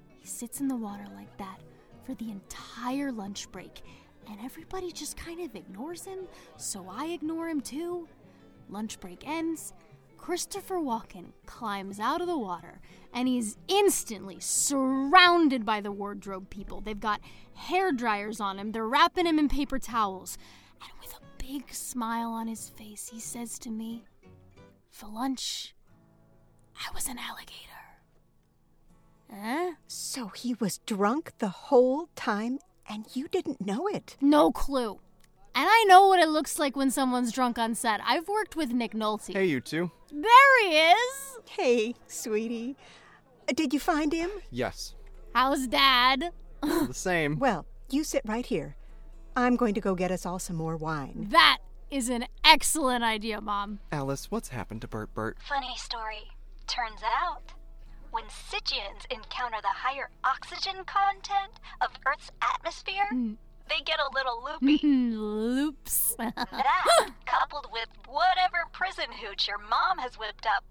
[SPEAKER 5] He sits in the water like that for the entire lunch break, and everybody just kind of ignores him, so I ignore him too. Lunch break ends. Christopher Walken climbs out of the water and he's instantly surrounded by the wardrobe people. They've got hair dryers on him, they're wrapping him in paper towels. And with a big smile on his face, he says to me, For lunch, I was an alligator. Huh?
[SPEAKER 8] So he was drunk the whole time and you didn't know it.
[SPEAKER 5] No clue. And I know what it looks like when someone's drunk on set. I've worked with Nick Nolte.
[SPEAKER 2] Hey, you two.
[SPEAKER 5] There he is!
[SPEAKER 8] Hey, sweetie. Uh, Did you find him?
[SPEAKER 2] Yes.
[SPEAKER 5] How's dad?
[SPEAKER 2] The same.
[SPEAKER 8] Well, you sit right here. I'm going to go get us all some more wine.
[SPEAKER 5] That is an excellent idea, Mom. *laughs*
[SPEAKER 2] Alice, what's happened to Bert Bert?
[SPEAKER 1] Funny story. Turns out, when Sigians encounter the higher oxygen content of Earth's atmosphere, they get a little
[SPEAKER 5] Mm-hmm.
[SPEAKER 1] loopy.
[SPEAKER 5] Loops. *laughs*
[SPEAKER 1] that, coupled with whatever prison hooch your mom has whipped up,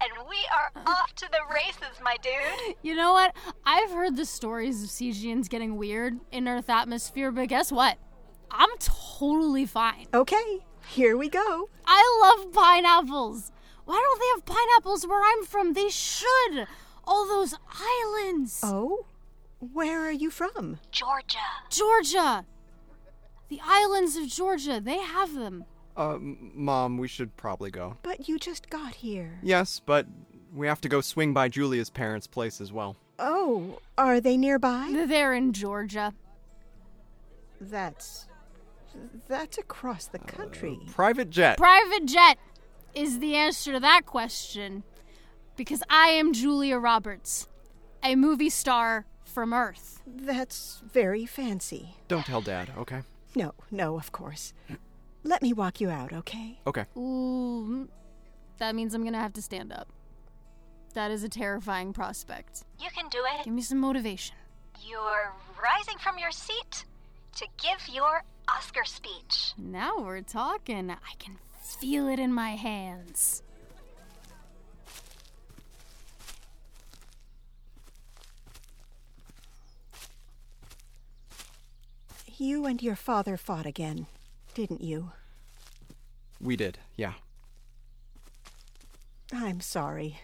[SPEAKER 1] and we are off to the races, my dude.
[SPEAKER 5] you know what? I've heard the stories of Sigians getting weird in Earth atmosphere, but guess what? I'm totally fine.
[SPEAKER 8] Okay, here we go.
[SPEAKER 5] I love pineapples. Why don't they have pineapples where I'm from? They should. All those islands.
[SPEAKER 8] Oh, where are you from?
[SPEAKER 1] Georgia.
[SPEAKER 5] Georgia. The islands of Georgia, they have them.
[SPEAKER 2] Uh, m- Mom, we should probably go.
[SPEAKER 8] But you just got here.
[SPEAKER 2] Yes, but we have to go swing by Julia's parents' place as well.
[SPEAKER 8] Oh, are they nearby?
[SPEAKER 5] They're in Georgia.
[SPEAKER 8] That's. That's across
[SPEAKER 2] Uh,
[SPEAKER 8] the country.
[SPEAKER 2] Private jet.
[SPEAKER 5] Private jet is the answer to that question because I am Julia Roberts, a movie star from Earth.
[SPEAKER 8] That's very fancy.
[SPEAKER 2] Don't tell Dad, okay?
[SPEAKER 8] No, no, of course. Let me walk you out, okay?
[SPEAKER 2] Okay.
[SPEAKER 5] Ooh, that means I'm going to have to stand up. That is a terrifying prospect.
[SPEAKER 1] You can do it.
[SPEAKER 5] Give me some motivation.
[SPEAKER 1] You're rising from your seat to give your Oscar speech.
[SPEAKER 5] Now we're talking. I can feel it in my hands.
[SPEAKER 8] You and your father fought again, didn't you?
[SPEAKER 2] We did, yeah.
[SPEAKER 8] I'm sorry.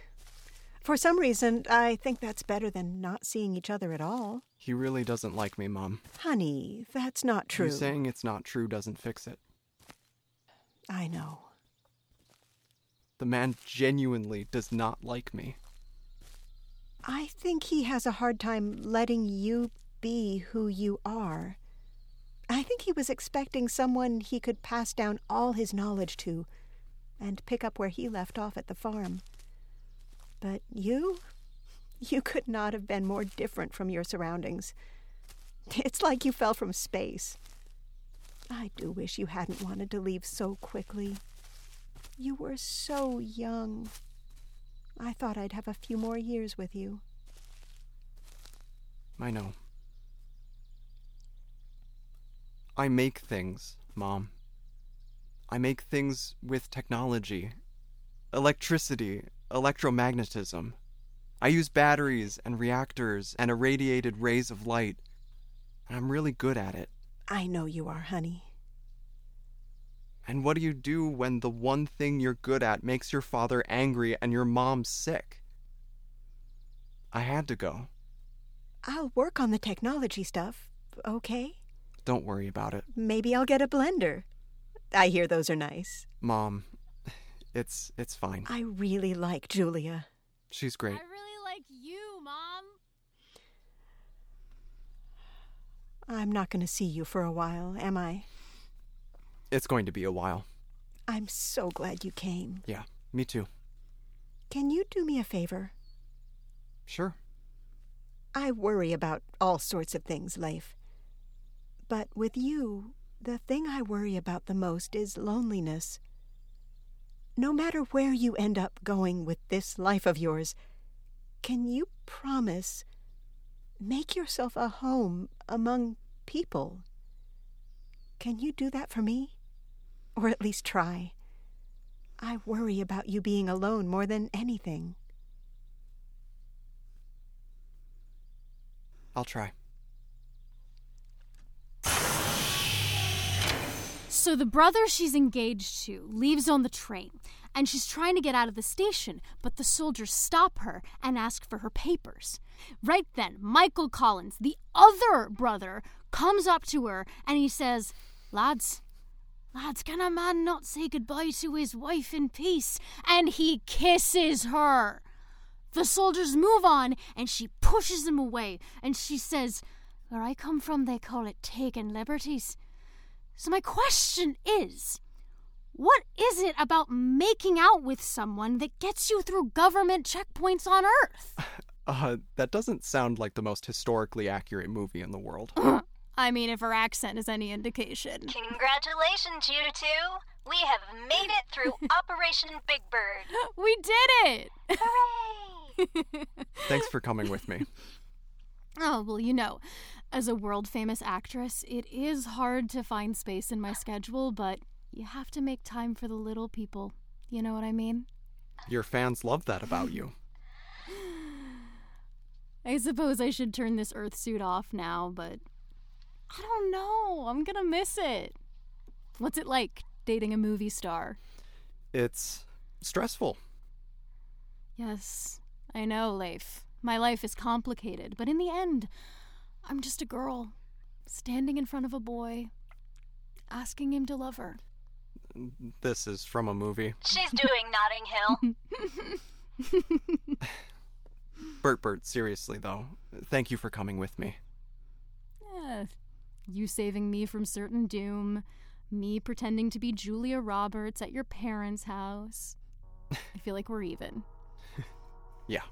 [SPEAKER 8] For some reason, I think that's better than not seeing each other at all.
[SPEAKER 2] He really doesn't like me, Mom.
[SPEAKER 8] Honey, that's not
[SPEAKER 2] You
[SPEAKER 8] true.
[SPEAKER 2] saying it's not true doesn't fix it.
[SPEAKER 8] I know.
[SPEAKER 2] The man genuinely does not like me.
[SPEAKER 8] I think he has a hard time letting you be who you are. I think he was expecting someone he could pass down all his knowledge to and pick up where he left off at the farm. But you? You could not have been more different from your surroundings. It's like you fell from space. I do wish you hadn't wanted to leave so quickly. You were so young. I thought I'd have a few more years with you.
[SPEAKER 2] I know. I make things, Mom. I make things with technology electricity, electromagnetism. I use batteries and reactors and irradiated rays of light, and I'm really good at it.
[SPEAKER 8] I know you are, honey.
[SPEAKER 2] And what do you do when the one thing you're good at makes your father angry and your mom sick? I had to go.
[SPEAKER 8] I'll work on the technology stuff, okay?
[SPEAKER 2] Don't worry about it.
[SPEAKER 8] Maybe I'll get a blender. I hear those are nice.
[SPEAKER 2] Mom, *sighs* it's it's fine.
[SPEAKER 8] I really like Julia.
[SPEAKER 2] She's great.
[SPEAKER 5] I really like you, Mom.
[SPEAKER 8] I'm not going to see you for a while, am I?
[SPEAKER 2] It's going to be a while.
[SPEAKER 8] I'm so glad you came.
[SPEAKER 2] Yeah, me too.
[SPEAKER 8] Can you do me a favor?
[SPEAKER 2] Sure.
[SPEAKER 8] I worry about all sorts of things, Leif. But with you, the thing I worry about the most is loneliness. No matter where you end up going with this life of yours, can you promise make yourself a home among people? Can you do that for me? Or at least try. I worry about you being alone more than anything.
[SPEAKER 2] I'll try.
[SPEAKER 5] So the brother she's engaged to leaves on the train, and she's trying to get out of the station, but the soldiers stop her and ask for her papers. Right then, Michael Collins, the other brother, comes up to her and he says, Lads, lads, can a man not say goodbye to his wife in peace? And he kisses her. The soldiers move on, and she pushes him away, and she says, Where I come from, they call it taking liberties. So, my question is what is it about making out with someone that gets you through government checkpoints on Earth?
[SPEAKER 2] Uh, that doesn't sound like the most historically accurate movie in the world.
[SPEAKER 5] I mean, if her accent is any indication.
[SPEAKER 1] Congratulations, you two! We have made it through Operation Big Bird.
[SPEAKER 5] *laughs* We did it!
[SPEAKER 1] Hooray!
[SPEAKER 5] *laughs*
[SPEAKER 2] Thanks for coming with me.
[SPEAKER 5] Oh, well, you know, as a world famous actress, it is hard to find space in my schedule, but you have to make time for the little people. You know what I mean?
[SPEAKER 2] Your fans love that about you.
[SPEAKER 5] I suppose I should turn this earth suit off now, but I don't know. I'm gonna miss it. What's it like dating a movie star?
[SPEAKER 2] It's stressful.
[SPEAKER 5] Yes, I know, Leif. My life is complicated, but in the end, I'm just a girl standing in front of a boy, asking him to love her.
[SPEAKER 2] This is from a movie.
[SPEAKER 1] She's doing Notting Hill.
[SPEAKER 2] Bert Bert, seriously though, thank you for coming with me.
[SPEAKER 5] Eh, you saving me from certain doom, me pretending to be Julia Roberts at your parents' house. I feel like we're even.
[SPEAKER 2] Yeah.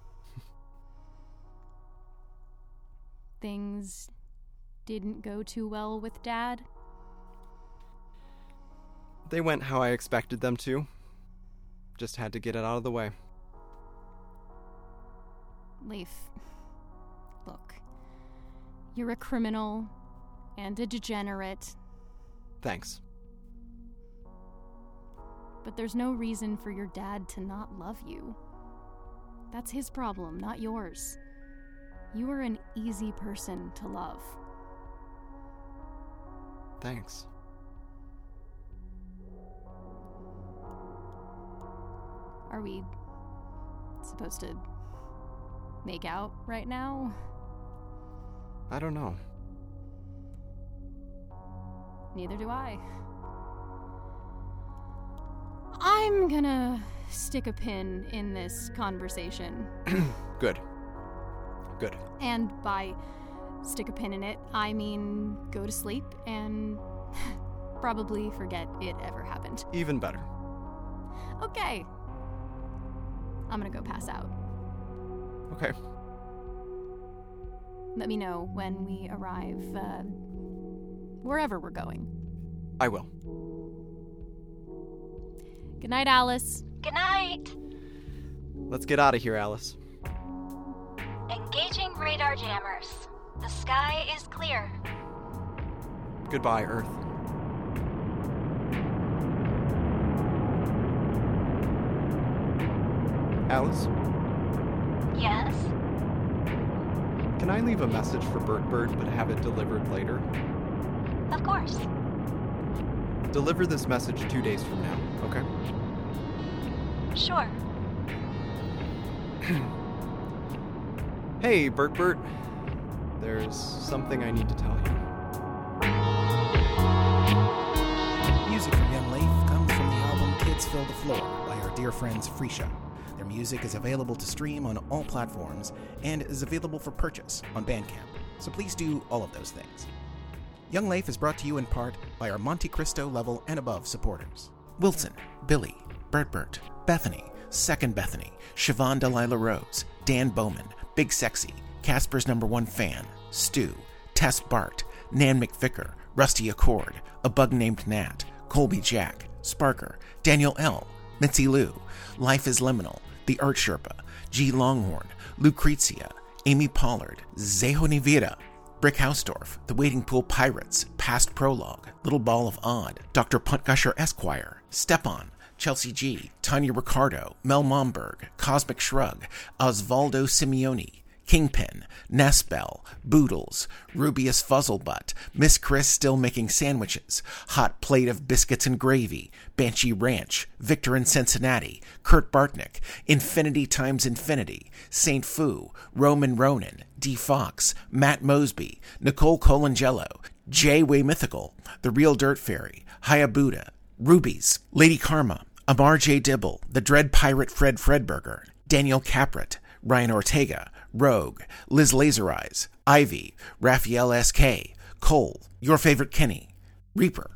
[SPEAKER 5] Things didn't go too well with Dad.
[SPEAKER 2] They went how I expected them to. Just had to get it out of the way.
[SPEAKER 5] Leaf, look, you're a criminal and a degenerate,
[SPEAKER 2] Thanks.
[SPEAKER 5] but there's no reason for your dad to not love you. That's his problem, not yours. You are an easy person to love.
[SPEAKER 2] Thanks.
[SPEAKER 5] Are we supposed to make out right now?
[SPEAKER 2] I don't know.
[SPEAKER 5] Neither do I. I'm gonna stick a pin in this conversation.
[SPEAKER 2] Good. Good.
[SPEAKER 5] And by stick a pin in it, I mean go to sleep and *laughs* probably forget it ever happened.
[SPEAKER 2] Even better.
[SPEAKER 5] Okay. I'm gonna go pass out.
[SPEAKER 2] Okay.
[SPEAKER 5] Let me know when we arrive uh, wherever we're going.
[SPEAKER 2] I will.
[SPEAKER 5] Good night, Alice.
[SPEAKER 1] Good night!
[SPEAKER 2] Let's get out of here, Alice.
[SPEAKER 1] Engaging radar jammers. The sky is clear.
[SPEAKER 2] Goodbye, Earth. Alice,
[SPEAKER 1] Yes?
[SPEAKER 2] can I leave a message for Bird Bird but have it delivered later?
[SPEAKER 1] Of course.
[SPEAKER 2] Deliver this message two days from now, okay?
[SPEAKER 1] Sure.
[SPEAKER 2] Hey, Bert Bert. There's something I need to tell you.
[SPEAKER 9] Music from Young Leaf comes from the album Kids Fill the Floor by our dear friends Freesia. Their music is available to stream on all platforms and is available for purchase on Bandcamp, so please do all of those things. Young Leaf is brought to you in part by our Monte Cristo level and above supporters Wilson, Billy, Bert Bert, Bethany, Second Bethany, Siobhan Delilah Rose, Dan Bowman, Big Sexy, Casper's Number One Fan, Stu, Tess Bart, Nan McVicker, Rusty Accord, A Bug Named Nat, Colby Jack, Sparker, Daniel L., Mitzi Lou, Life is Liminal, The Art Sherpa, G. Longhorn, Lucrezia, Amy Pollard, Zeho Nivira, Brick Hausdorf, The Waiting Pool Pirates, Past Prologue, Little Ball of Odd, Dr. Puntgusher Esquire, Stepan, Chelsea G, Tanya Ricardo, Mel Momberg, Cosmic Shrug, Osvaldo Simeoni, Kingpin, Nespel, Boodles, Rubius Fuzzlebutt, Miss Chris Still Making Sandwiches, Hot Plate of Biscuits and Gravy, Banshee Ranch, Victor in Cincinnati, Kurt Bartnick, Infinity Times Infinity, St. Fu, Roman Ronan, D. Fox, Matt Mosby, Nicole Colangello, J. Way Mythical, The Real Dirt Fairy, Hayabuda, Rubies, Lady Karma, Amar J. Dibble, The Dread Pirate Fred Fredberger, Daniel Capret, Ryan Ortega, Rogue, Liz Lasereyes, Ivy, Raphael S.K., Cole, Your Favorite Kenny, Reaper,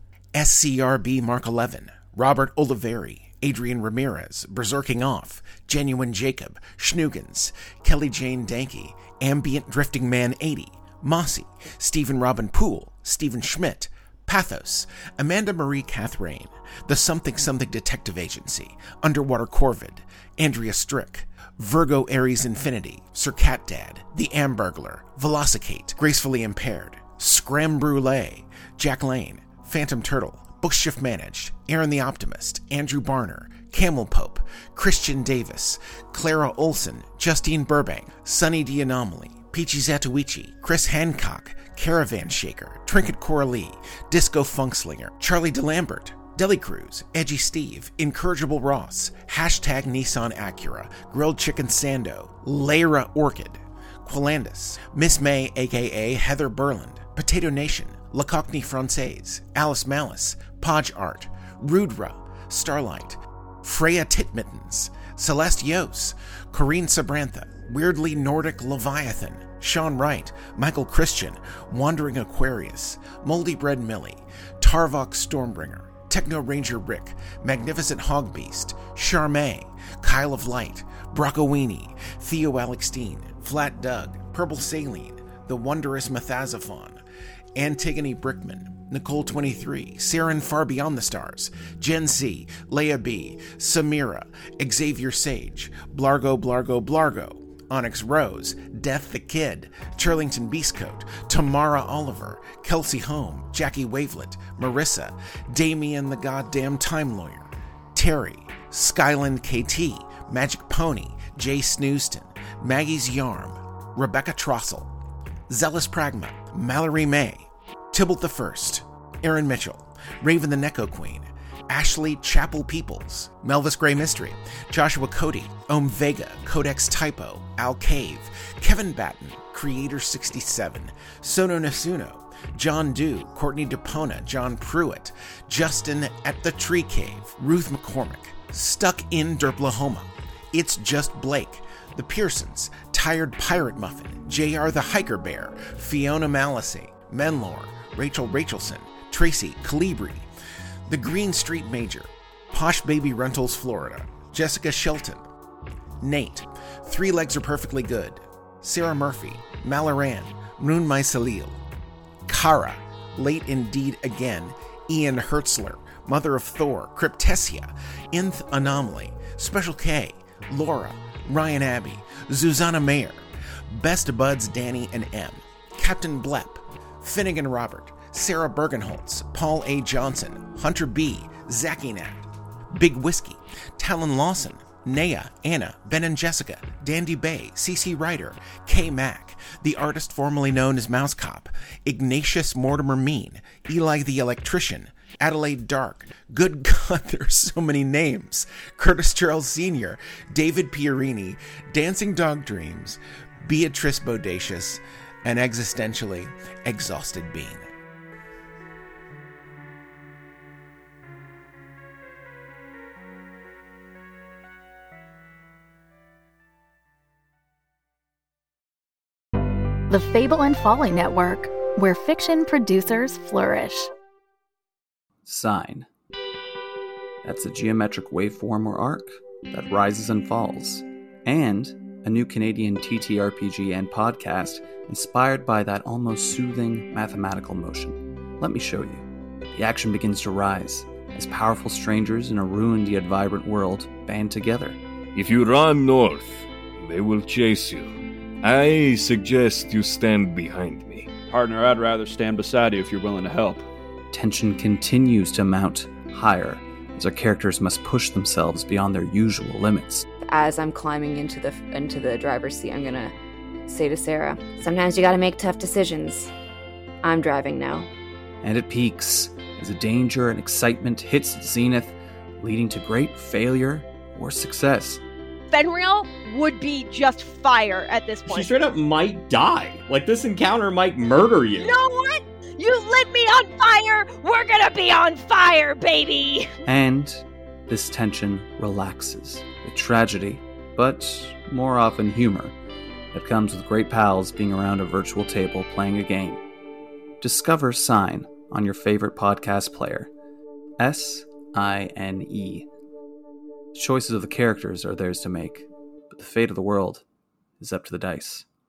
[SPEAKER 9] SCRB Mark 11, Robert Oliveri, Adrian Ramirez, Berserking Off, Genuine Jacob, Schnugens, Kelly Jane Danke, Ambient Drifting Man 80, Mossy, Stephen Robin Poole, Stephen Schmidt, Pathos, Amanda Marie Cathrain, The Something Something Detective Agency, Underwater Corvid, Andrea Strick, Virgo Aries Infinity, Sir Cat Dad, The Amburglar, Velocicate, Gracefully Impaired, Scram Brulee, Jack Lane, Phantom Turtle, Bookshift Managed, Aaron the Optimist, Andrew Barner, Camel Pope, Christian Davis, Clara Olson, Justine Burbank, Sunny D. Anomaly, Peachy Zatuichi, Chris Hancock, Caravan Shaker, Trinket Coralie, Disco Funkslinger, Charlie DeLambert, Deli Cruz, Edgy Steve, Incorrigible Ross, Hashtag Nissan Acura, Grilled Chicken Sando, Lyra Orchid, Quilandus, Miss May, aka Heather Burland, Potato Nation, La Cockney Francaise, Alice Malice, Podge Art, Rudra, Starlight, Freya Titmittens, Celeste Yos, Corinne Sabrantha, Weirdly Nordic Leviathan, Sean Wright, Michael Christian, Wandering Aquarius, Moldy Bread Millie, Tarvok Stormbringer, Techno Ranger Rick, Magnificent Hog Beast, Charme, Kyle of Light, Broccoini, Theo Alexteen, Flat Doug, Purple Saline, The Wondrous Methazophon, Antigone Brickman, Nicole 23, Saren Far Beyond the Stars, Gen C, Leia B, Samira, Xavier Sage, Blargo Blargo Blargo, Onyx Rose, Death the Kid, Churlington Beastcoat, Tamara Oliver, Kelsey Home, Jackie Wavelet, Marissa, Damien the Goddamn Time Lawyer, Terry, Skyland KT, Magic Pony, Jay Snooston, Maggie's Yarm, Rebecca Trossel, Zealous Pragma, Mallory May, Tybalt the First, Aaron Mitchell, Raven the Necco Queen, Ashley Chapel Peoples, Melvis Gray Mystery, Joshua Cody, Om Vega, Codex Typo, Al Cave, Kevin Batten, Creator 67, Sono Nasuno, John Dew, Courtney DePona, John Pruitt, Justin at the Tree Cave, Ruth McCormick, Stuck in Derplahoma, it's Just Blake, The Pearsons, Tired Pirate Muffin, J.R. the Hiker Bear, Fiona Malice, Menlor, Rachel Rachelson, Tracy Calibri, The Green Street Major, Posh Baby Rentals, Florida, Jessica Shelton, Nate, Three Legs Are Perfectly Good, Sarah Murphy, Malaran, Noonmai Salil, Kara, Late Indeed Again, Ian Hertzler, Mother of Thor, Cryptesia, Inth Anomaly, Special K, Laura, Ryan Abbey, Susanna Mayer, Best Buds Danny and M, Captain Blep, Finnegan Robert, Sarah Bergenholtz, Paul A. Johnson, Hunter B., Zachy Nat, Big Whiskey, Talon Lawson, Naya, Anna, Ben and Jessica, Dandy Bay, CC Ryder, K Mac, the artist formerly known as Mouse Cop, Ignatius Mortimer Mean, Eli the Electrician, Adelaide Dark, good *laughs* God, there are so many names, Curtis Charles Sr., David Pierini, Dancing Dog Dreams, Beatrice Bodacious, and existentially exhausted Bean.
[SPEAKER 6] The Fable and Folly Network, where fiction producers flourish.
[SPEAKER 2] Sine. That's a geometric waveform or arc that rises and falls. And a new Canadian TTRPG and podcast inspired by that almost soothing mathematical motion. Let me show you. The action begins to rise as powerful strangers in a ruined yet vibrant world band together.
[SPEAKER 13] If you run north, they will chase you. I suggest you stand behind me.
[SPEAKER 14] Partner, I'd rather stand beside you if you're willing to help.
[SPEAKER 2] Tension continues to mount higher as our characters must push themselves beyond their usual limits.
[SPEAKER 1] As I'm climbing into the into the driver's seat, I'm gonna say to Sarah, "Sometimes you gotta make tough decisions. I'm driving now."
[SPEAKER 2] And it peaks as the danger and excitement hits its zenith, leading to great failure or success.
[SPEAKER 15] Fenrir would be just fire at this point.
[SPEAKER 16] She straight up might die. Like this encounter might murder you.
[SPEAKER 15] You know what? You lit me on fire. We're gonna be on fire, baby.
[SPEAKER 2] And this tension relaxes with tragedy, but more often humor, that comes with great pals being around a virtual table playing a game. Discover Sign on your favorite podcast player. S I N E. The choices of the characters are theirs to make, but the fate of the world is up to the dice.